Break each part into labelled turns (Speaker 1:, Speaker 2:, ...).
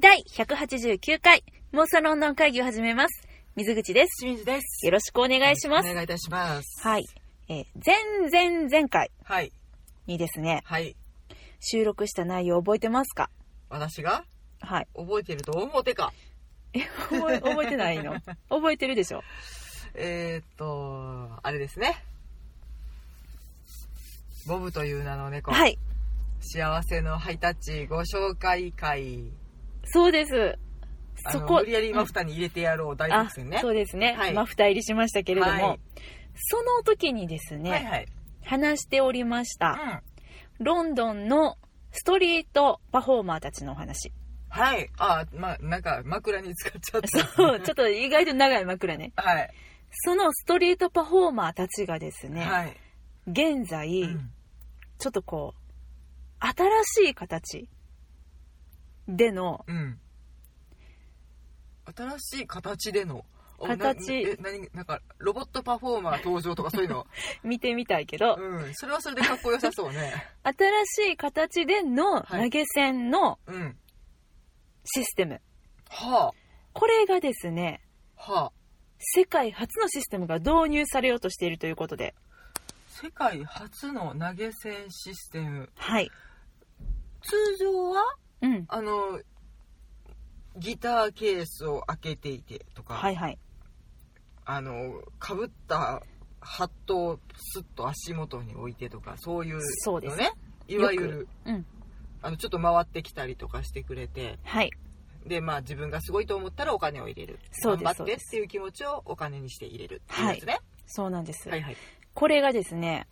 Speaker 1: 第189回、妄想ロンドン会議を始めます。水口です。
Speaker 2: 清水です。
Speaker 1: よろしくお願いします。
Speaker 2: お願いいたします。
Speaker 1: はい。えー前前前回
Speaker 2: はい。
Speaker 1: にですね、
Speaker 2: はい。
Speaker 1: 収録した内容覚えてますか
Speaker 2: 私が
Speaker 1: はい。
Speaker 2: 覚えてると思うてか。
Speaker 1: え、覚え、覚えてない の覚えてるでしょ
Speaker 2: えー、っと、あれですね。ボブという名の猫。
Speaker 1: はい。
Speaker 2: 幸せのハイタッチご紹介会。
Speaker 1: そうです。
Speaker 2: あ
Speaker 1: そ
Speaker 2: の
Speaker 1: こ。
Speaker 2: 無理やり今蓋に入れてやろう大
Speaker 1: あ
Speaker 2: 作戦ね。
Speaker 1: そうですね。
Speaker 2: はい
Speaker 1: 今、二入りしましたけれども、
Speaker 2: はい
Speaker 1: その時にですね、
Speaker 2: はいはい。
Speaker 1: 話しておりまし
Speaker 2: う
Speaker 1: た、
Speaker 2: ん。
Speaker 1: ロンドンのストリートパフォーマーたちのお 話。
Speaker 2: はい。あ、ま、なんか枕に使っちゃった。
Speaker 1: そう、ちょっと意外と長い枕ね。
Speaker 2: はい。
Speaker 1: そのストリートパフォーマーたちがですね、
Speaker 2: はい。
Speaker 1: 現在、
Speaker 2: うん
Speaker 1: ちょっとこう、新しい形での、
Speaker 2: うん。新しい形での。おな
Speaker 1: 形
Speaker 2: え、何、なんか、ロボットパフォーマー登場とかそうい うの。
Speaker 1: 見てみたいけど、
Speaker 2: うん。それはそれでかっこよさそ うね。
Speaker 1: 新しい形での
Speaker 2: はい
Speaker 1: 投げ銭の
Speaker 2: うん。
Speaker 1: システム。
Speaker 2: は
Speaker 1: これがですね、
Speaker 2: あ、はあ。
Speaker 1: 世界初のシステムが導入されようとしているということで、
Speaker 2: 世界初の投げ銭システム。
Speaker 1: はい。
Speaker 2: 通常は、
Speaker 1: うん。
Speaker 2: あの、ギターケースを開けていてとか、
Speaker 1: はいはい。
Speaker 2: あの、かぶったハットをスッと足元に置いてとか、そういうのね。
Speaker 1: そうです
Speaker 2: いわゆる、
Speaker 1: うん。
Speaker 2: あの、ちょっと回ってきたりとかしてくれて、
Speaker 1: はい。
Speaker 2: でまあ自分がすごいと思ったらお金を入れる
Speaker 1: そうです
Speaker 2: 頑張
Speaker 1: そう
Speaker 2: っ
Speaker 1: で
Speaker 2: てっ
Speaker 1: す
Speaker 2: ていう気持ちをお金にして入れるっていうやつね、
Speaker 1: そうなんです。
Speaker 2: はい、はい
Speaker 1: これがですね、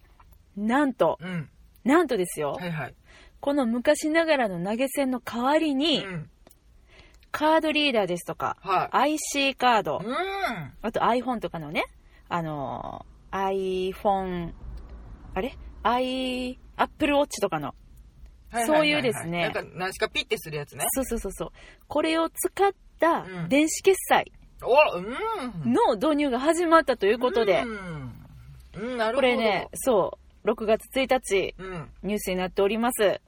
Speaker 1: なんと、
Speaker 2: うん
Speaker 1: なんとですよ、
Speaker 2: はいはい
Speaker 1: この昔ながらの投げ銭の代わりに、
Speaker 2: うん
Speaker 1: カードリーダーですとか、
Speaker 2: は
Speaker 1: IC カード、
Speaker 2: いうん
Speaker 1: あと iPhone とかのね、あのー iPhone、あれ ?i、Apple Watch とかの、
Speaker 2: はははは
Speaker 1: そういうですね
Speaker 2: なんか何しかピッてするやつね
Speaker 1: そうそうそうそう、これを使った
Speaker 2: うん
Speaker 1: 電子決済
Speaker 2: おうん
Speaker 1: の導入が始まったということで、
Speaker 2: うん、うん、なるほど
Speaker 1: これね、そう、6月1日、
Speaker 2: うん
Speaker 1: ニュースになっております。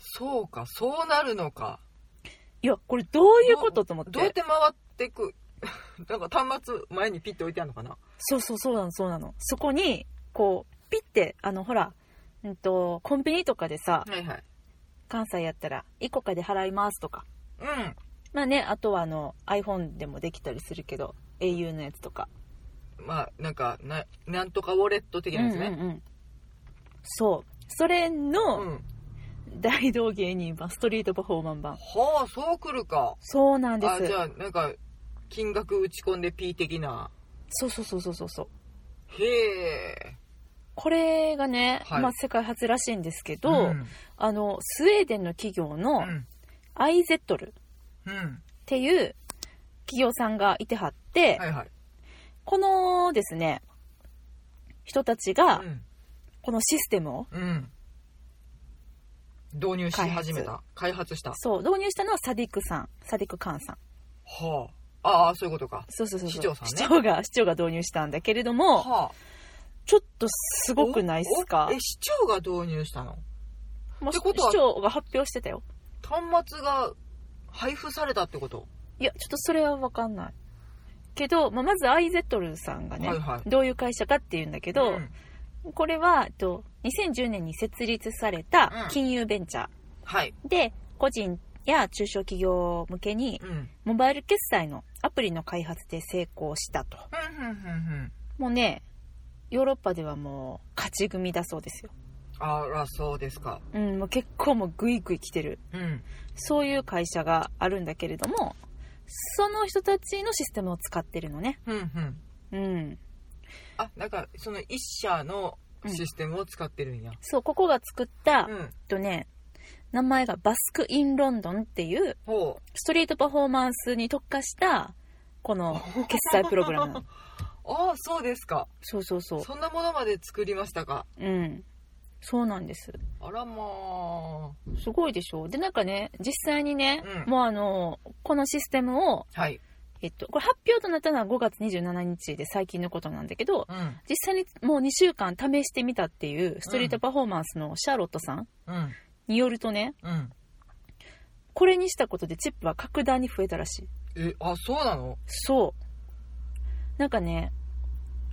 Speaker 2: そうかそうなるのか
Speaker 1: いや、これどう
Speaker 2: ど
Speaker 1: いうことと思っ。
Speaker 2: どうやってて回ってく なんか端末前にピッて置いてあるのかな
Speaker 1: そうそうそうなの、そうなの。そこに、こう、ピッて、あの、ほら、うんと、コンビニとかでさ、
Speaker 2: はいはい
Speaker 1: 関西やったら、1個かで払いますとか。
Speaker 2: うん
Speaker 1: まあね、あとはあの iPhone でもできたりするけど au のやつとか、
Speaker 2: まあなんかななんとかウォレット的なやつ
Speaker 1: うん
Speaker 2: ね
Speaker 1: うんうんそうそれ
Speaker 2: う
Speaker 1: の
Speaker 2: ん
Speaker 1: 大道芸人版ストリートパフォーマン版
Speaker 2: はあそうくるか
Speaker 1: そうなんで
Speaker 2: あじ
Speaker 1: す
Speaker 2: ゃあなんか金額打ち込んで P 的な
Speaker 1: そうそうそうそうそうそう
Speaker 2: へえ
Speaker 1: これがね、
Speaker 2: はい
Speaker 1: まあ、世界初らしいんですけど、
Speaker 2: ん
Speaker 1: あのスウェーデンの企業
Speaker 2: う
Speaker 1: の
Speaker 2: ん
Speaker 1: IZETL っ
Speaker 2: うん
Speaker 1: ていう企業さんがいてはって、
Speaker 2: はいはい
Speaker 1: このですね人たちが
Speaker 2: うん
Speaker 1: このシステムを
Speaker 2: うん導入し始めた開発した
Speaker 1: そう導入したのはサディックさんサディック・カーンさん
Speaker 2: はあああそういうことか
Speaker 1: そうそうそうそう
Speaker 2: 市長さんね
Speaker 1: 市長が市長が導入したんだけれども
Speaker 2: はあ
Speaker 1: ちょっとすごくないっすか
Speaker 2: おおえ市長が導入したの
Speaker 1: もう
Speaker 2: って
Speaker 1: 市
Speaker 2: ことは
Speaker 1: 長が発表してたよ
Speaker 2: 端末が配布されたってこと
Speaker 1: いやちょっとそれは分かんないけど、まあ、まず IZETL さんがね、
Speaker 2: はいはい
Speaker 1: どういう会社かっていうんだけど、
Speaker 2: ん
Speaker 1: これはえっと2010年に設立された
Speaker 2: うん
Speaker 1: 金融ベンチャー、
Speaker 2: はい
Speaker 1: で個人や中小企業向けに
Speaker 2: うんうん
Speaker 1: モバイル決済のアプリの開発で成功したと
Speaker 2: うんうんうん
Speaker 1: もうねヨーロッパではもう勝ち組だそうですよ
Speaker 2: あらそうですか
Speaker 1: うんもう結構もうグイグイ来てる
Speaker 2: うん
Speaker 1: そういう会社があるんだけれども、その人たちのシステムを使ってるのね。
Speaker 2: うんう
Speaker 1: う
Speaker 2: ん
Speaker 1: ん。
Speaker 2: あなんかその一社のシステムを使ってるんや
Speaker 1: そう、ここが作った、
Speaker 2: う
Speaker 1: えっ
Speaker 2: ん
Speaker 1: とね、名前がバスク・イン・ロンドンっていう、
Speaker 2: ほう
Speaker 1: ストリートパフォーマンスに特化した、この決済プログラ ムなの。
Speaker 2: ああそうですか
Speaker 1: そうそうそう。
Speaker 2: そんなものまで作りましたか
Speaker 1: うん。そうなんです。
Speaker 2: あらまあ
Speaker 1: すごいでしょで、なんかね、実際にね、
Speaker 2: うん
Speaker 1: もうあの、このシステムを、
Speaker 2: はい
Speaker 1: えっと、これ発表となったのは5月27日で最近のことなんだけど、
Speaker 2: うん
Speaker 1: 実際にもう2週間試してみたっていうストリートパフォーマンスのシャーロットさん
Speaker 2: うん
Speaker 1: によるとね
Speaker 2: うん
Speaker 1: これにしたことでチップは格段に増えたらしい。
Speaker 2: えあそうなの
Speaker 1: そう。なんかね、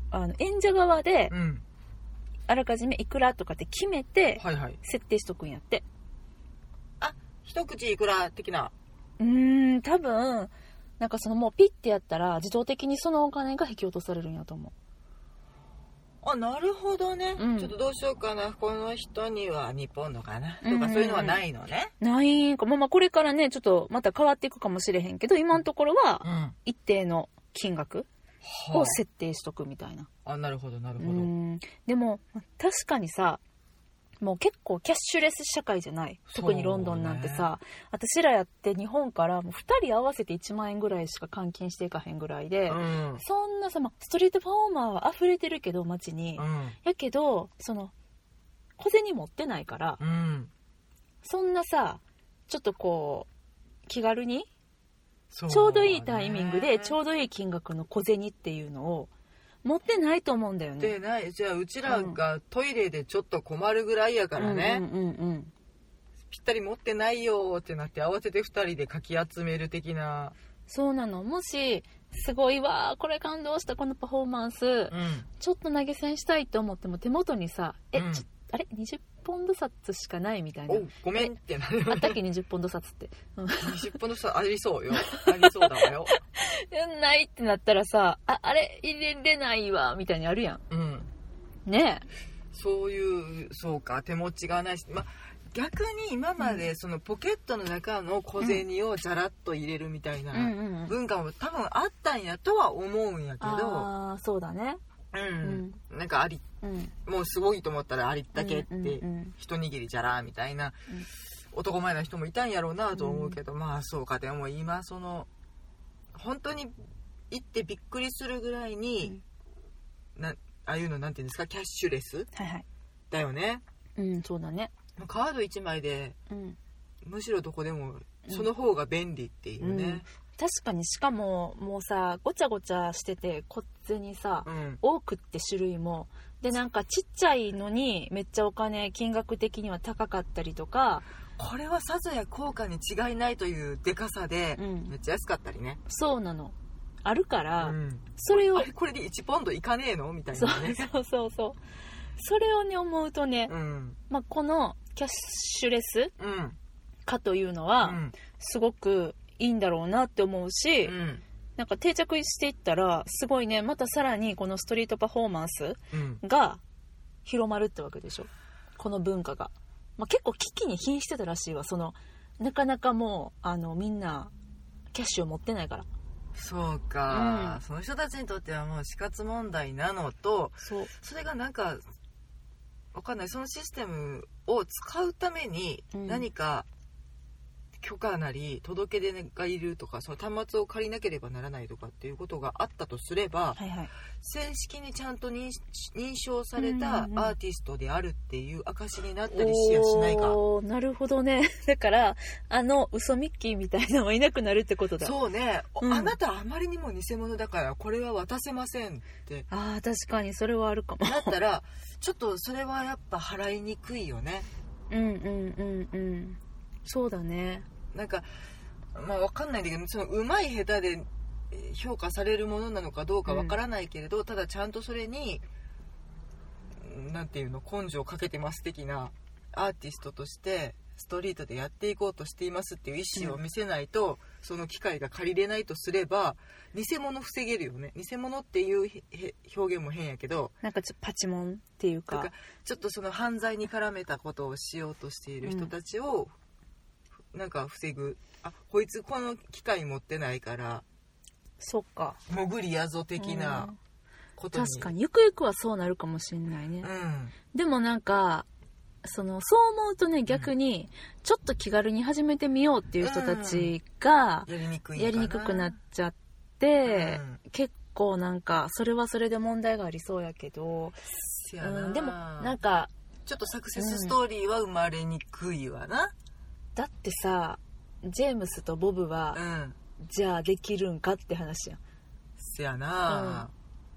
Speaker 1: あの、演者側で、
Speaker 2: うん
Speaker 1: あらかじめいくらとかって決めて、
Speaker 2: はいはい
Speaker 1: 設定しとくんやって。
Speaker 2: 一口いくら的な
Speaker 1: うーん、多分、なんかそのもうピッてやったら、自動的にそのお金が引き落とされるんやと思
Speaker 2: あなるほどね、
Speaker 1: うん
Speaker 2: ちょっとどうしようかなこの人には日本のかな、
Speaker 1: うんうん
Speaker 2: と
Speaker 1: うん
Speaker 2: かそういうのはないのね
Speaker 1: う。ないんか。まあまあこれからね、ちょっとまた変わっていくかもしれへんけど、今のところは
Speaker 2: うんは
Speaker 1: 一定の金額を設定しとくみたいな。
Speaker 2: あ、あなるほどなる
Speaker 1: う
Speaker 2: ほ
Speaker 1: ー
Speaker 2: ど、
Speaker 1: ん。でも、確かにさ、もう結構キャッシュレス社会じゃない特にロンドンなんてさ、私らやって日本からもう2人合わせて1万円ぐらいしか換金していかへんぐらいで、
Speaker 2: うん
Speaker 1: そんなさ、まあストリートパフォーマーは溢れてるけど街に、
Speaker 2: うん
Speaker 1: やけどその小銭持ってないから
Speaker 2: うん
Speaker 1: そんなさちょっとこう気軽に
Speaker 2: そう
Speaker 1: ちょうどいいタイミングでちょ
Speaker 2: う
Speaker 1: うどいい金額の小銭っていうのを持ってないと思うんだよね。
Speaker 2: でないじゃあうちらがトイレでちょっと困るぐらいやからね、
Speaker 1: うんうんうんうん
Speaker 2: ぴったり持ってないよーってなって慌てて2人でかき集める的な
Speaker 1: そうなのもしすごいわーこれ感動したこのパフォーマンス
Speaker 2: うん
Speaker 1: ちょっと投げ銭したいと思っても手元にさえ、
Speaker 2: うん
Speaker 1: ちょあれ20ポンド札しかないみたいな
Speaker 2: おごめんってなる
Speaker 1: あったっけ20ポンド札って
Speaker 2: 20分の人ありそうよありそうだわよ
Speaker 1: うんないってなったらさああれ入れれないわみたいにあるやん
Speaker 2: うん
Speaker 1: ね
Speaker 2: そういうそうか手持ちがないし、まあ、逆に今までそのポケットの中の小銭をじゃらっと入れるみたい
Speaker 1: え、
Speaker 2: な
Speaker 1: うん
Speaker 2: 文化も多分あったんやとは思うんやけど、
Speaker 1: ああそうだね
Speaker 2: うんなんかあり
Speaker 1: うん
Speaker 2: もうすごいと思ったらありったけっ
Speaker 1: うんうん
Speaker 2: て
Speaker 1: うん
Speaker 2: 一握りじゃらみたい
Speaker 1: う
Speaker 2: な
Speaker 1: ん
Speaker 2: 男前な人もいたんやろうなと思うけど、まあそうかでも今その本当に行ってびっくりするぐらいに、なああいうのなんていうんですかキャッシュレス
Speaker 1: はいはい
Speaker 2: だよね。
Speaker 1: うんそうだね
Speaker 2: カード1枚で
Speaker 1: うん
Speaker 2: むしろどこでも
Speaker 1: うん
Speaker 2: その方が便利っていうね、
Speaker 1: 確かにしかももうさごちゃごちゃしててこっちにさ、
Speaker 2: うん
Speaker 1: 多くって種類もでなんかちっちゃいのにめっちゃお金金額的には高かったりとか
Speaker 2: これはさぞや効果に違いないというでかさで、
Speaker 1: うん
Speaker 2: めっちゃ安かったりね、
Speaker 1: そうなのあるか
Speaker 2: う
Speaker 1: ら、
Speaker 2: ん
Speaker 1: それを
Speaker 2: あれこれで1ポンドいかねえのみたい
Speaker 1: そう
Speaker 2: なね
Speaker 1: そうそうそうそれをね思うとね、
Speaker 2: うん
Speaker 1: まあ、このキャッシュレス
Speaker 2: うん
Speaker 1: 化というの
Speaker 2: う
Speaker 1: は
Speaker 2: ん
Speaker 1: すごくいいんだろうなって思うし、
Speaker 2: うん
Speaker 1: なんか定着していったらすごいねまたさらにこのストリートパフォーマンス
Speaker 2: うん
Speaker 1: が広まるってわけでしょこの文化が、まあ、結構危機に瀕してたらしいわそのなかなかもうあのみんなキャッシュを持ってないから
Speaker 2: そうか、
Speaker 1: うん
Speaker 2: その人たちにとってはもう死活問題なのと
Speaker 1: そう
Speaker 2: それがなんかわかんないそのシステムを使うために
Speaker 1: うん
Speaker 2: 何か許可なり届け出がいるとかその端末を借りなければならないとかっていうことがあったとすれば
Speaker 1: はいはい
Speaker 2: 正式にちゃんと認認証された
Speaker 1: う
Speaker 2: ア
Speaker 1: んうんうん
Speaker 2: ーティストであるっていう証になったりしやしないか。
Speaker 1: おーなるほどね だからあの嘘ミッキーみたいなのはいなくなるってことだ
Speaker 2: そうね、
Speaker 1: うん
Speaker 2: あなたあまりにも偽物だからこれは渡せませんって
Speaker 1: あー確かにそれはあるかも
Speaker 2: なったらちょっとそれはやっぱ払いにくいよね
Speaker 1: うんうんうんうんそうだね
Speaker 2: なんかまあわかんないんだけどそのうまい下手でえー評価されるものなのかどうかわからないけれど、ただちゃんとそれにうんなんていうの根性をかけてます的なアーティストとしてストリートでやっていこうとしていますっていう意思を見せないと、その機会が借りれないとすれば偽物防げるよね偽物っていうへへ表現も変やけど
Speaker 1: なんかちょっとパチモンっていう
Speaker 2: と
Speaker 1: か
Speaker 2: かちょっとその犯罪に絡めたことをしようとしている人たちを、なんか防ぐあこいつこの機械持ってないから
Speaker 1: そっか
Speaker 2: 潜りやぞ的なことに
Speaker 1: 確かにゆくゆくはそうなるかもしんないね、
Speaker 2: うん
Speaker 1: でもなんかそのそう思うとね逆にちょっと気軽に始めてみようっていう人たちが
Speaker 2: やりにくいのか
Speaker 1: やりにくくなっちゃって、
Speaker 2: う
Speaker 1: 結構なんかそれはそれで問題がありそうやけど、
Speaker 2: せやな
Speaker 1: うん、でもなんか
Speaker 2: ちょっとサクセスストーリーは生まれにくいわな
Speaker 1: だってさジェームスとボブは
Speaker 2: う、ん
Speaker 1: じゃあできるんかって話やん
Speaker 2: せやな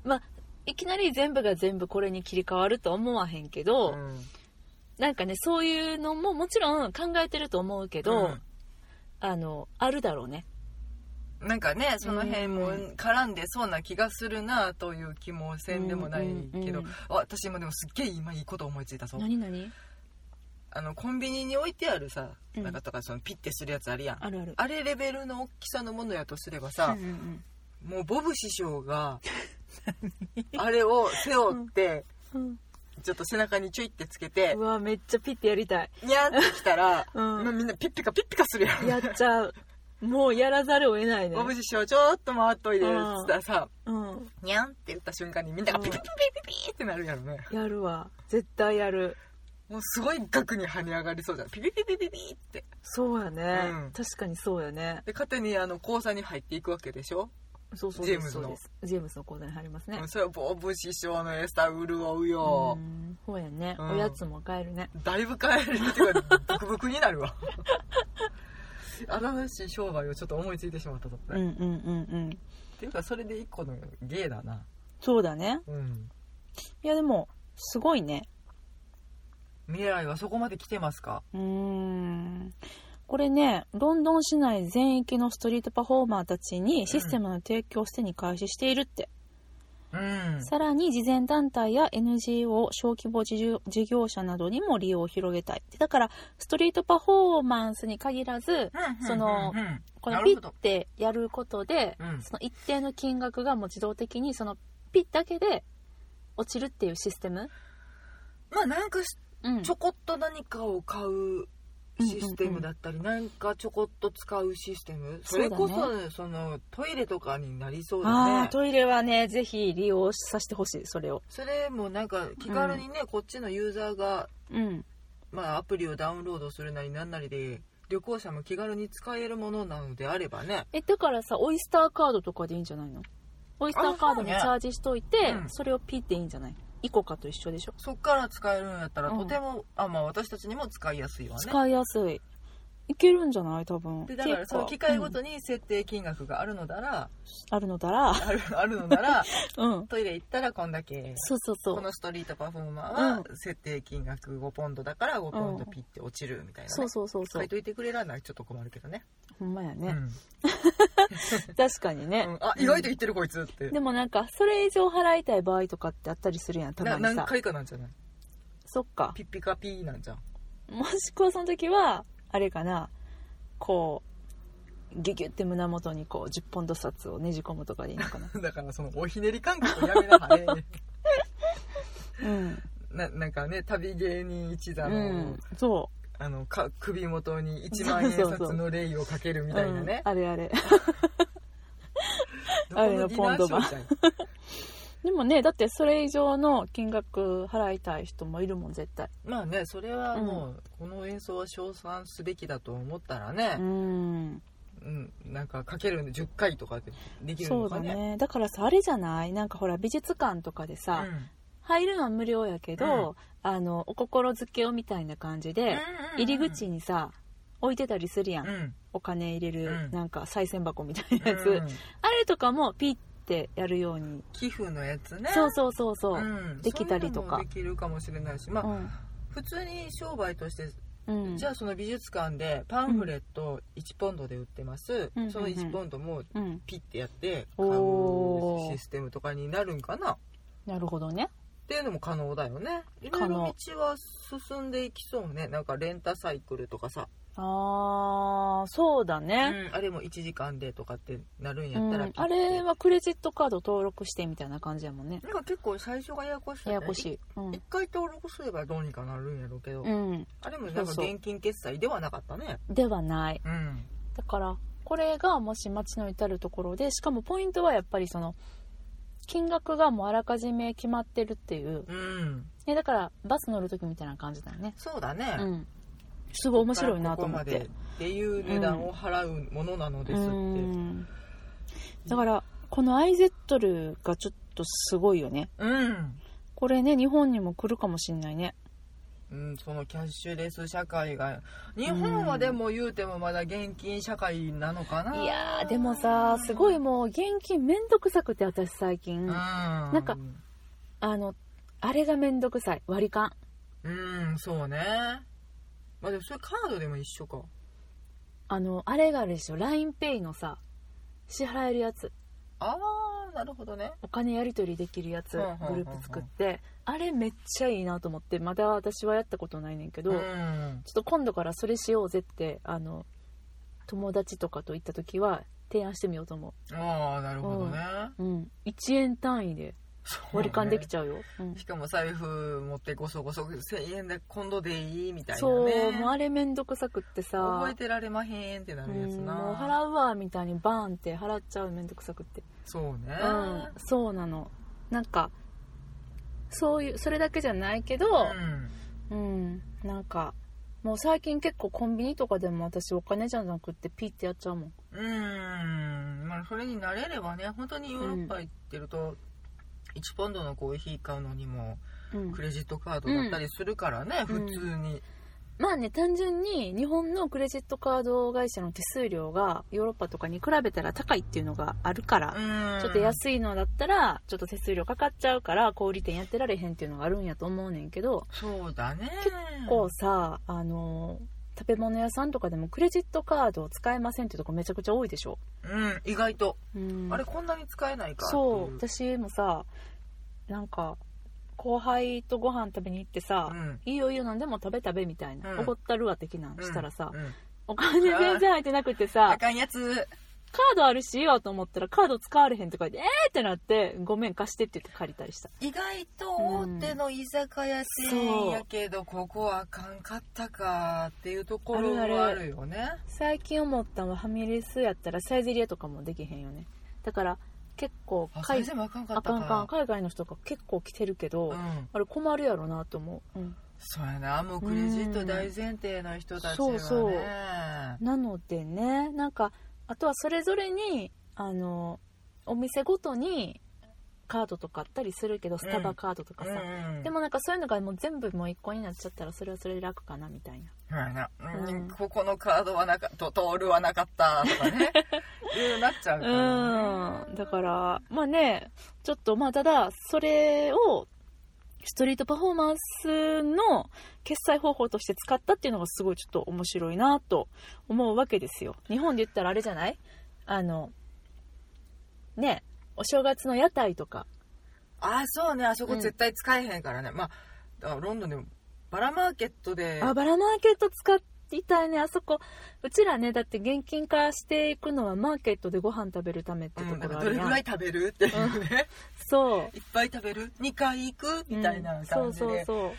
Speaker 1: まあいきなり全部が全部これに切り替わると思わへんけど、
Speaker 2: うん
Speaker 1: なんかねそういうのももちろん考えてると思うけど、
Speaker 2: うん
Speaker 1: あのあるだろうね
Speaker 2: なんかねその辺も
Speaker 1: うん
Speaker 2: 絡んでそうな気がするなという気もせんでもないけど、
Speaker 1: うんうんうん
Speaker 2: あ私今でもすっげえ今いいこと思いついたぞ
Speaker 1: 何何
Speaker 2: あのコンビニに置いてあるさ、
Speaker 1: うん
Speaker 2: なんかとかそのピッてするやつあるやん
Speaker 1: あるある
Speaker 2: あれレベルの大きさのものやとすればさ
Speaker 1: うん、うんうん
Speaker 2: もうボブ師 匠があれを背負って、
Speaker 1: うん
Speaker 2: ちょっと背中にチュイってつけて
Speaker 1: う、わめっちゃピッてやりたい
Speaker 2: にゃーってきたら、
Speaker 1: うん
Speaker 2: まあみんなピッピカピッピカするやん。
Speaker 1: や っちゃうもうやらざるを得ないね
Speaker 2: ボブ師匠ちょっと回っといで、つったらさ、
Speaker 1: うん
Speaker 2: にゃんって言った瞬間にみんながピピピピピピってなるやろね。
Speaker 1: やるわ絶対やる
Speaker 2: もうすごい額に跳ね上がりそうじゃん。ピピピピピピって。
Speaker 1: そうやね、
Speaker 2: うん
Speaker 1: 確かにそうやね
Speaker 2: で、勝手にあの、交差に入っていくわけでしょ、
Speaker 1: そうそう
Speaker 2: ジェ
Speaker 1: で
Speaker 2: ーム
Speaker 1: す
Speaker 2: ズ
Speaker 1: そ
Speaker 2: の
Speaker 1: うですジェームズの講座に入りますね
Speaker 2: うん、それはボブ師匠の餌潤うよ
Speaker 1: う。んそうやね、
Speaker 2: うん
Speaker 1: おやつも買えるね
Speaker 2: だいぶ帰るっていうかブクブクになるわ 新しい商売をちょっと思いついてしまったと、
Speaker 1: うんうんうんうん
Speaker 2: っていうかそれで一個の芸だな
Speaker 1: そうだね
Speaker 2: うん
Speaker 1: いやでもすごいね
Speaker 2: 未来はそこまで来てますか
Speaker 1: うーんこれねロンドン市内全域のストリートパフォーマーたちにシステムの提供をすでに開始しているって、
Speaker 2: うん
Speaker 1: さらに慈善団体や NGO 小規模事業事業者などにも利用を広げたいだからストリートパフォーマンスに限らずその
Speaker 2: うんうん
Speaker 1: こ
Speaker 2: な
Speaker 1: の
Speaker 2: る
Speaker 1: ピ
Speaker 2: ほ
Speaker 1: ッ
Speaker 2: ど
Speaker 1: てやることで、
Speaker 2: うん
Speaker 1: その一定の金額がもう自動的にそのピッだけで落ちるっていうシステム、
Speaker 2: まあなんかし
Speaker 1: うん、
Speaker 2: ちょこっと何かを買うシステムだったり、なんかちょこっと使うシステムそれこそ
Speaker 1: そう
Speaker 2: そ,、のトイレとかになりそう
Speaker 1: あ
Speaker 2: だ
Speaker 1: あ
Speaker 2: ね
Speaker 1: トイレはねぜひ利用させてほしいそれを
Speaker 2: それもなんか気軽にね、こっちのユーザーが
Speaker 1: うん
Speaker 2: まあ、アプリをダウンロードするなりなんなりで旅行者も気軽に使えるものなのであればね
Speaker 1: えだからさオイスターカードとかでいいんじゃないのオイスターカードにチ
Speaker 2: あそうね
Speaker 1: ャージしといてそ,、
Speaker 2: うん
Speaker 1: れをピッていいんじゃないイコカと一緒でしょ、
Speaker 2: そっから使えるんやったら
Speaker 1: うん
Speaker 2: とても、あまあ、私たちにも使いやすいわね
Speaker 1: 使いやすいいけるんじゃない多分
Speaker 2: でだから
Speaker 1: 結
Speaker 2: そ
Speaker 1: 構
Speaker 2: の機械ご
Speaker 1: うん
Speaker 2: とに設定金額があるのなら、
Speaker 1: あるのだ ら
Speaker 2: あるあるのな ら
Speaker 1: うん
Speaker 2: トイレ行ったらこんだけ
Speaker 1: そうそうそ
Speaker 2: こ
Speaker 1: う
Speaker 2: のストリートパフォーマーは
Speaker 1: う
Speaker 2: 設定金額5ポンドだから5ポンド
Speaker 1: うん
Speaker 2: ピッて落ちるみたいな、ね
Speaker 1: そうそうそうそ
Speaker 2: 書
Speaker 1: う
Speaker 2: いといてくれらんならちょっと困るけどね
Speaker 1: ほんまやね、
Speaker 2: うん
Speaker 1: 確かにね、
Speaker 2: うんあ意外と言ってるこいつって
Speaker 1: でもなんかそれ以上払いたい場合とかってあったりするやんたま
Speaker 2: な
Speaker 1: にさ
Speaker 2: 何回かなんじゃない
Speaker 1: そっか
Speaker 2: ピッピカピーなんじゃ ん
Speaker 1: もしくはその時はあれかなこうギュギュって胸元にこう10ポンド札をねじ込むとかでいいの かな
Speaker 2: だからそのおひねり感覚やめなはれ
Speaker 1: うん、
Speaker 2: ななんかね旅芸人一座
Speaker 1: う
Speaker 2: の,、
Speaker 1: ん、そう
Speaker 2: あのか首元に1万円札のレイをかけるみたいなね
Speaker 1: うんあれあれ んあれの
Speaker 2: どこのディナーショーみたいな
Speaker 1: でもねだってそれ以上の金額払いたい人もいるもん絶対
Speaker 2: まあねそれはもう、この演奏は称賛すべきだと思ったらね
Speaker 1: う、ん
Speaker 2: うんなんかかけるの10回とかってできる
Speaker 1: そ
Speaker 2: の
Speaker 1: う
Speaker 2: か
Speaker 1: だ
Speaker 2: ね
Speaker 1: ねだからさあれじゃないなんかほら美術館とかで
Speaker 2: う
Speaker 1: さ、入るのは無料やけど、あのお心づけをみたいな感じで、
Speaker 2: ん
Speaker 1: 入り口にさ置いてたりするやん、
Speaker 2: うん
Speaker 1: お金入れる、
Speaker 2: うん
Speaker 1: なんか賽銭箱みたいなやつ、
Speaker 2: うん
Speaker 1: あれとかもピッてやるように、
Speaker 2: 寄付のやつね
Speaker 1: そうそうそうそう、
Speaker 2: うん
Speaker 1: できたりとか
Speaker 2: そういうのもできるかもしれないしまあ、
Speaker 1: うん
Speaker 2: 普通に商売として
Speaker 1: うん
Speaker 2: じゃあその美術館でパンフレット1ポンドで売ってます、
Speaker 1: うん
Speaker 2: その1ポンドも
Speaker 1: うん、
Speaker 2: ピッてやって買
Speaker 1: おー
Speaker 2: うシステムとかになるんかなっ
Speaker 1: なるほどね
Speaker 2: ていうのも可能だよねいろ
Speaker 1: 可能
Speaker 2: いろ道は進んでいきそうねなんかレンタサイクルとかさ、
Speaker 1: あーそうだね、
Speaker 2: うんあれも1時間でとかってなるんや
Speaker 1: う
Speaker 2: ったら
Speaker 1: ん、あれはクレジットカード登録してみたいな感じやもんね
Speaker 2: なんか結構最初がややこしい、ね、
Speaker 1: ややこしい、うん
Speaker 2: 1回登録すればどうにかなるんやろうけど、
Speaker 1: うん、
Speaker 2: あれもなんか
Speaker 1: そうそう
Speaker 2: 現金決済ではなかったね
Speaker 1: ではない
Speaker 2: うん
Speaker 1: だからこれがもし街の至るところでしかもポイントはやっぱりその金額がもうあらかじめ決まってるっていう
Speaker 2: うん
Speaker 1: ねだからバス乗る時みたいな感じだよね
Speaker 2: そうだね、
Speaker 1: うんすごい面白いなと思っ
Speaker 2: ここ
Speaker 1: て
Speaker 2: までっていう値段を払うものなのですって、
Speaker 1: うんだからこのアイゼットルがちょっとすごいよね
Speaker 2: うん、
Speaker 1: これね日本にも来るかもしんないね
Speaker 2: うん、そのキャッシュレス社会が日本はでも言うてもまだ現金社会なのかな、
Speaker 1: いやーでもさすごいもう現金めんどくさくて私最近、
Speaker 2: うん
Speaker 1: あ
Speaker 2: なん
Speaker 1: かのあれがめんどくさい割り勘
Speaker 2: うんそうねまあでもそれカードでも一緒か
Speaker 1: あのあれがあるでしょ LINEPay のさ支払えるやつ
Speaker 2: ああなるほどね
Speaker 1: お金やり取りできるやつ
Speaker 2: うんうんうんうん
Speaker 1: グループ作ってあれめっちゃいいなと思ってまだ私はやったことないねんけど、
Speaker 2: う
Speaker 1: ちょ
Speaker 2: ん
Speaker 1: っと今度からそれしようぜってあの友達とかと行った時は提案してみようと思
Speaker 2: ああなるほどね
Speaker 1: う、うん、1円単位で割り勘でき
Speaker 2: ゃ
Speaker 1: ちゃうよ、うん
Speaker 2: しかも財布持ってごそごそ1000円で今度でいいみたいなね
Speaker 1: そうもうあれめんどくさくってさ
Speaker 2: 覚えてられまへんってなるや
Speaker 1: う
Speaker 2: つ
Speaker 1: ん
Speaker 2: な
Speaker 1: もう払うわみたいにバーンって払っちゃうめんどくさくって
Speaker 2: そうね
Speaker 1: うんそうなのなんかそういうそれだけじゃないけど
Speaker 2: うん
Speaker 1: うん、なんかもう最近結構コンビニとかでも私お金じゃなくってピッてやっちゃうもん
Speaker 2: うーんまあそれに慣れればね本当にヨーロッパ行ってると、1ポンドのコーヒー買うのにも
Speaker 1: うん
Speaker 2: クレジットカードだったりするからね、
Speaker 1: うん
Speaker 2: 普通に、
Speaker 1: まあね単純に日本のクレジットカード会社の手数料がヨーロッパとかに比べたら高いっていうのがあるから、
Speaker 2: うん
Speaker 1: ちょっと安いのだったらちょっと手数料かかっちゃうから小売店やってられへんっていうのがあるんやと思うねんけど
Speaker 2: そうだね
Speaker 1: 結構さあの食べ物屋さんとかでもクレジットカードを使えませんっていうとこめちゃくちゃ多いでしょ、
Speaker 2: うん意外と、
Speaker 1: うん
Speaker 2: あれこんなに使えないかってい
Speaker 1: そう私もさなんか後輩とご飯食べに行ってさ、
Speaker 2: うん
Speaker 1: いいよいいよ何でも食べ食べみたいな、
Speaker 2: うん
Speaker 1: おごったるわ的なんしたらさ、
Speaker 2: うんうん
Speaker 1: お金全然入ってなくてさ
Speaker 2: あかんやつ
Speaker 1: カードあるしいいわと思ったらカード使われへんとか言ってえーってなってごめん貸してって言って借りたりした
Speaker 2: 意外と大手の居酒屋
Speaker 1: う
Speaker 2: 店
Speaker 1: ん
Speaker 2: やけど、ここはあかんかったかっていうところも
Speaker 1: あるあ
Speaker 2: あ
Speaker 1: る
Speaker 2: るよね
Speaker 1: 最近思ったのはファミレスやったらサイゼリアとかもできへんよねだから結構
Speaker 2: あそれ
Speaker 1: 海
Speaker 2: でもあかんか
Speaker 1: あ
Speaker 2: ったか
Speaker 1: かんあかん海外の人が結構来てるけど、
Speaker 2: うん
Speaker 1: あれ困るやろなと思う、うん
Speaker 2: そうやなもうクレジット大前提の人たちは
Speaker 1: う
Speaker 2: ね
Speaker 1: んそうそうなのでねなんかあとはそれぞれにあのお店ごとにカードとかあったりするけどスタバカードとかさ、
Speaker 2: うん
Speaker 1: でもなんかそういうのがもう全部もう一個になっちゃったらそれはそれで楽かなみたいな
Speaker 2: そうやな、うん
Speaker 1: うん
Speaker 2: ここのカードはなかとトールはなかったとか ねいろいろなっちゃうから、
Speaker 1: う
Speaker 2: ね、
Speaker 1: んだからまあねちょっとまあただそれをストリートパフォーマンスの決済方法として使ったっていうのがすごいちょっと面白いなと思うわけですよ日本で言ったらあれじゃないあのねお正月の屋台とか
Speaker 2: あそうねあそこ
Speaker 1: うん
Speaker 2: 絶対使えへんからね、まあだからロンドンでもバラマーケットで
Speaker 1: あバラマーケット使っていたいねあそこうちらねだって現金化していくのはマーケットでご飯食べるためって
Speaker 2: う
Speaker 1: と
Speaker 2: ん、
Speaker 1: こ
Speaker 2: なん
Speaker 1: ろ
Speaker 2: か
Speaker 1: ある
Speaker 2: どれ
Speaker 1: や
Speaker 2: ぐ
Speaker 1: ん、
Speaker 2: らい食べるっていうね、
Speaker 1: そう
Speaker 2: いっぱい食べる2回行くみたいな感じで、
Speaker 1: うんそうそうそう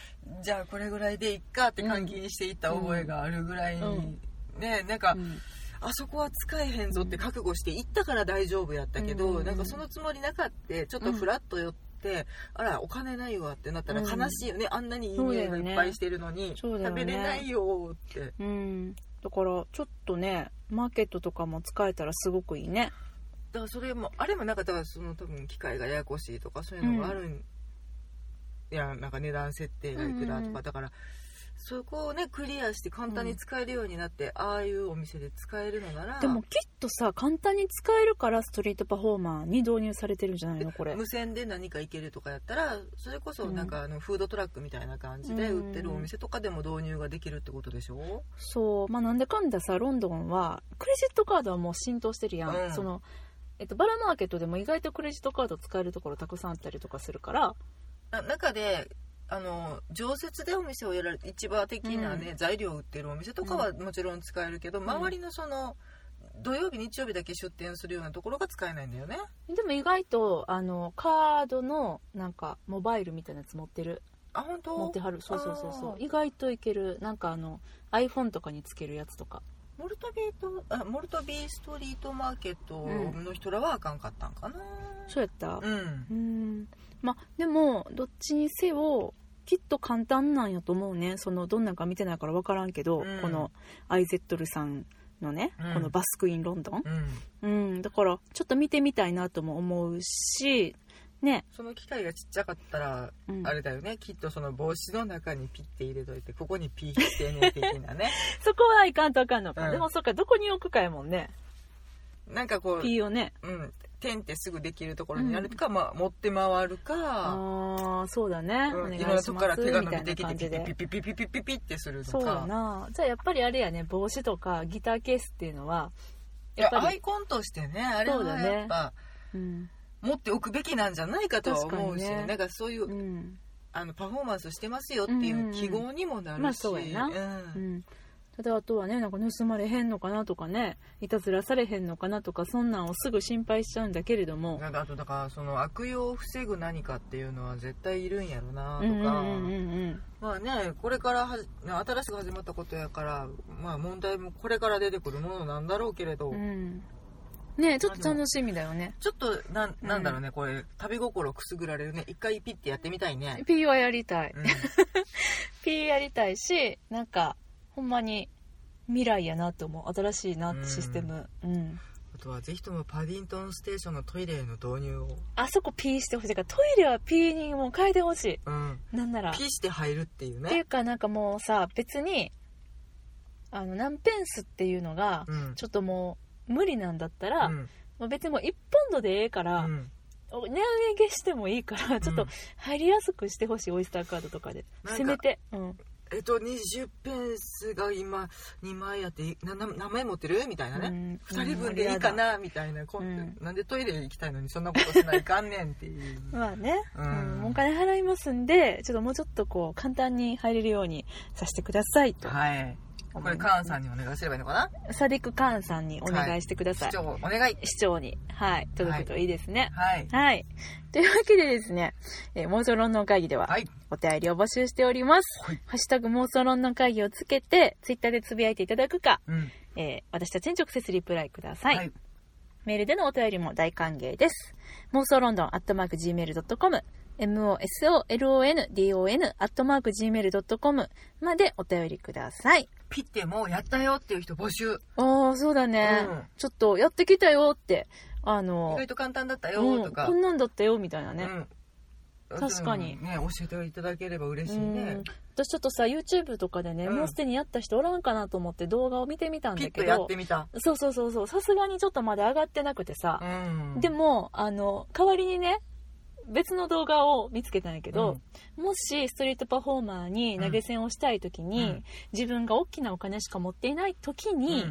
Speaker 2: じゃあこれぐらいでいっかって換金していった覚えがあるぐらいに、
Speaker 1: うん
Speaker 2: ねなんか、
Speaker 1: うん
Speaker 2: あそこは使えへんぞって覚悟して行ったから大丈夫やったけど、
Speaker 1: うん
Speaker 2: なんかそのつもりなかったちょっとフラッと寄って、あらお金ないわってなったら
Speaker 1: うん
Speaker 2: 悲しいよね、あんなにいい匂いがいっぱいしてるのに、
Speaker 1: そうだよ
Speaker 2: 食
Speaker 1: ね
Speaker 2: べれないよって
Speaker 1: うん、だからちょっとねマーケットとかも使えたらすごくいいね
Speaker 2: だからそれもあれもなんかだからその多分機械がややこしいとかそういうのがあるん、いやなんか値段設定がいくら
Speaker 1: うん
Speaker 2: と
Speaker 1: うんう
Speaker 2: か
Speaker 1: ん
Speaker 2: だからそこをねクリアして簡単に使えるようになって、ああいうお店で使えるのなら
Speaker 1: でもきっとさ簡単に使えるからストリートパフォーマーに導入されてるんじゃないのこれ
Speaker 2: 無線で何か行けるとかやったらそれこそなんかあのフードトラックみたいな感じで売ってるお店とかでも導入ができるってことでしょ、
Speaker 1: そうまあなんでかんださロンドンはクレジットカードはもう浸透してるやん、
Speaker 2: うん
Speaker 1: そのえっと、バラマーケットでも意外とクレジットカード使えるところたくさんあったりとかするから
Speaker 2: な中であの常設でお店をやられ市場的なね、材料を売ってるお店とかはもちろん使えるけど、周りのその土曜日日曜日だけ出店するようなところが使えないんだよね
Speaker 1: でも意外とあのカードのなんかモバイルみたいなやつ持ってる
Speaker 2: あ本当
Speaker 1: 持ってはるそうそうそうそう
Speaker 2: あー
Speaker 1: 意外といけるなんかあの iPhone とかにつけるやつとか
Speaker 2: モルトビートあモルトビーストリートマーケットの人らはあかんかったんかな
Speaker 1: そうやった、
Speaker 2: うん
Speaker 1: うーんまあでもどっちにせよきっと簡単なんやと思うねそのどんなんか見てないから分からんけど、
Speaker 2: うん
Speaker 1: このアイゼットルさんのね、
Speaker 2: うん
Speaker 1: このバスクインロンドン、
Speaker 2: うん
Speaker 1: うん、だからちょっと見てみたいなとも思うしね、
Speaker 2: その機械がちっちゃかったら
Speaker 1: うん
Speaker 2: あれだよねきっとその帽子の中にピッて入れといてここにピーしてね的な ね
Speaker 1: そこはいかんとあかんのか、
Speaker 2: うん
Speaker 1: でもそっかどこに置くかやもんね
Speaker 2: なんかこう、
Speaker 1: ピーをね
Speaker 2: うん、点ってすぐできるところになるか、まあ、持って回るか、
Speaker 1: ああそうだね、
Speaker 2: うん
Speaker 1: お願い
Speaker 2: い
Speaker 1: し
Speaker 2: ろん
Speaker 1: ま
Speaker 2: な
Speaker 1: す
Speaker 2: と
Speaker 1: み
Speaker 2: こから手が伸
Speaker 1: た
Speaker 2: び
Speaker 1: い
Speaker 2: て
Speaker 1: な
Speaker 2: きて
Speaker 1: 感
Speaker 2: ピ
Speaker 1: じ
Speaker 2: ピ
Speaker 1: で
Speaker 2: ピピピピピピってするとか
Speaker 1: そうだなじゃあやっぱりあれやね帽子とかギターケースっていうのはいやっぱ
Speaker 2: や
Speaker 1: り
Speaker 2: アイコンとしてねあれ
Speaker 1: そうだ
Speaker 2: は
Speaker 1: ね
Speaker 2: やっぱ、
Speaker 1: うん、
Speaker 2: 持っておくべきなんじゃないかとは思
Speaker 1: 確かに
Speaker 2: うし、
Speaker 1: ね
Speaker 2: なんかそういう、
Speaker 1: うん
Speaker 2: あのパフォーマンスしてますよっていう記号にも
Speaker 1: う
Speaker 2: な
Speaker 1: んうんまあ
Speaker 2: るし、
Speaker 1: そうやな
Speaker 2: うん
Speaker 1: うん、ただあとはねなんか盗まれへんのかなとかねいたずらされへんのかなとかそんなんをすぐ心配しちゃうんだけれども
Speaker 2: なんかあとだからその悪用を防ぐ何かっていうのは絶対いるんやろなと
Speaker 1: う
Speaker 2: か、
Speaker 1: んうんうんうん
Speaker 2: まあねこれからはじ新しく始まったことやから、まあ、問題もこれから出てくるものなんだろうけれど、
Speaker 1: うんうんねえちょっと楽しみだよね
Speaker 2: ちょっとなんなんだろうね、これ旅心くすぐられるね一回ピッてやってみたいね、
Speaker 1: P はやりたい
Speaker 2: うん
Speaker 1: P やりたいしなんかほんまに未来やなと思う新しいなってシステムうん
Speaker 2: あとはぜひともパディントンステーションのトイレへの導入を、
Speaker 1: あそこ P してほしいだからトイレは P にもう変えてほし
Speaker 2: うん、
Speaker 1: いなんなら
Speaker 2: ピッして入るっていう
Speaker 1: ってい
Speaker 2: ね
Speaker 1: うかなんかもうさ別にあの何ペンスっていうのが
Speaker 2: うん
Speaker 1: ちょっともう無理なんだったら、
Speaker 2: うん
Speaker 1: もう別にもう1ポンドでええか
Speaker 2: う
Speaker 1: ら、
Speaker 2: ん
Speaker 1: お値上げしてもいいからちょっ
Speaker 2: う
Speaker 1: と
Speaker 2: ん
Speaker 1: 入りやすくしてほしいオイスターカードとかで
Speaker 2: なんか
Speaker 1: せめて、うん、
Speaker 2: えっと20ペンスが今2枚あってなな何枚持ってるみたいなね、
Speaker 1: うん
Speaker 2: 2人分でいいかなみたいな、こん
Speaker 1: うん
Speaker 2: なんでトイレ行きたいのにそんなことしないかんねんっていう、
Speaker 1: まあね、
Speaker 2: う
Speaker 1: うんんお金払いますんでちょっともうちょっとこう簡単に入れるようにさせてくださいと、
Speaker 2: はいこれカーンさんにお願いすればいいのかな
Speaker 1: サディック・カーンさんにお願いしてください、
Speaker 2: 市長お願い
Speaker 1: 市長に、はい、届くといいですね
Speaker 2: はい
Speaker 1: はい、というわけでですね、えー、妄想論の会議では、
Speaker 2: はい
Speaker 1: お便りを募集しております。
Speaker 2: はい
Speaker 1: ハッシュタグ妄想論の会議をつけて、ツイッターでつぶやいていただくか、
Speaker 2: うん
Speaker 1: えー私たちに直接リプライください。メールでのお便りも大歓迎です。妄想ロンドンアットマーク Gmail.com mosolondon アットマーク Gmail.com までお便りください。
Speaker 2: ピッてもうやったよっていう人募集
Speaker 1: ああ、そうだね、
Speaker 2: うん
Speaker 1: ちょっとやってきたよって、あ
Speaker 2: 意
Speaker 1: の、
Speaker 2: 外と簡単だった
Speaker 1: う
Speaker 2: よと
Speaker 1: ん、
Speaker 2: か、
Speaker 1: こんなんだったよみたいなね。
Speaker 2: うん
Speaker 1: 確かに
Speaker 2: ね教えていただければ嬉しい
Speaker 1: うん
Speaker 2: ね
Speaker 1: 私ちょっとさ YouTube とかでね、
Speaker 2: うん
Speaker 1: もうすでにやった人おらんかなと思って動画を見てみたん
Speaker 2: ピ
Speaker 1: だ
Speaker 2: ッと
Speaker 1: け
Speaker 2: やっ
Speaker 1: ど
Speaker 2: てみた
Speaker 1: そうそうそうそうさすがにちょっとまだ上がってなくてさ、
Speaker 2: うん
Speaker 1: でもあの代わりにね別の動画を見つけたんやけど、もしストリートパフォーマーに投げ銭をしたい時に、
Speaker 2: うん
Speaker 1: 自分が大きなお金しか持っていない時
Speaker 2: うん
Speaker 1: に、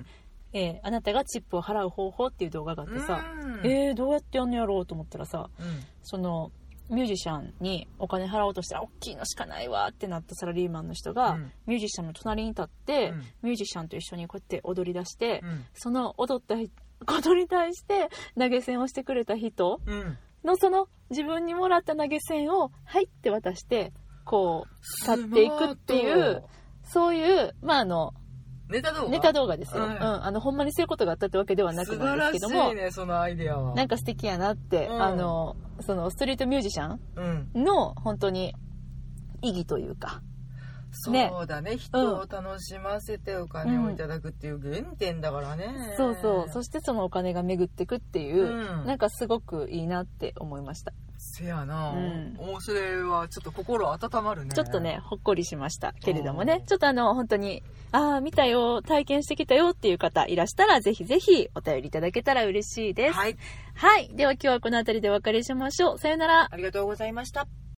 Speaker 1: えーあなたがチップを払う方法っていう動画があってさ、
Speaker 2: うん
Speaker 1: えー、どうやってやんのやろうと思ったらさ
Speaker 2: うん
Speaker 1: そのミュージシャンにお金払おうとしたら大きいのしかないわってなったサラリーマンの人が、
Speaker 2: うん
Speaker 1: ミュージシャンの隣に立って、
Speaker 2: うん
Speaker 1: ミュージシャンと一緒にこうやって踊り出して、
Speaker 2: うん
Speaker 1: その踊ったことに対して投げ銭をしてくれた人
Speaker 2: うん
Speaker 1: のその自分にもらった投げ銭を「はい」って渡してこう去っていくってい
Speaker 2: スマー
Speaker 1: う
Speaker 2: ト
Speaker 1: そういう、まあ、あの
Speaker 2: ネタ動画
Speaker 1: ネタ動画ですよ、
Speaker 2: うん
Speaker 1: うんあのほんまにそういうことがあったってわけではなく
Speaker 2: 素
Speaker 1: なん
Speaker 2: 晴
Speaker 1: で
Speaker 2: ら
Speaker 1: す
Speaker 2: し
Speaker 1: けども、
Speaker 2: いねそのアイデアは
Speaker 1: なんか素敵やなって、
Speaker 2: うん
Speaker 1: あのそのストリートミュージシャン
Speaker 2: うん
Speaker 1: の本当に意義というか
Speaker 2: そうだね人を楽しませてお金をいただくっていう原点だからね
Speaker 1: そうそうそ
Speaker 2: し
Speaker 1: してそのお金が巡ってくっていう、
Speaker 2: うん
Speaker 1: なんかすごくいいなって思いました、
Speaker 2: せやな
Speaker 1: うん
Speaker 2: おそれはちょっと心温まるね
Speaker 1: ちょっとねほっこりしましたけれどもね
Speaker 2: うん
Speaker 1: ちょっとあの本当にああ見たよ体験してきたよっていう方いらしたらぜひぜひお便りいただけたら嬉しいですはい、
Speaker 2: はい
Speaker 1: では今日はこの辺りでお別れしましょうさよなら
Speaker 2: ありがとうございました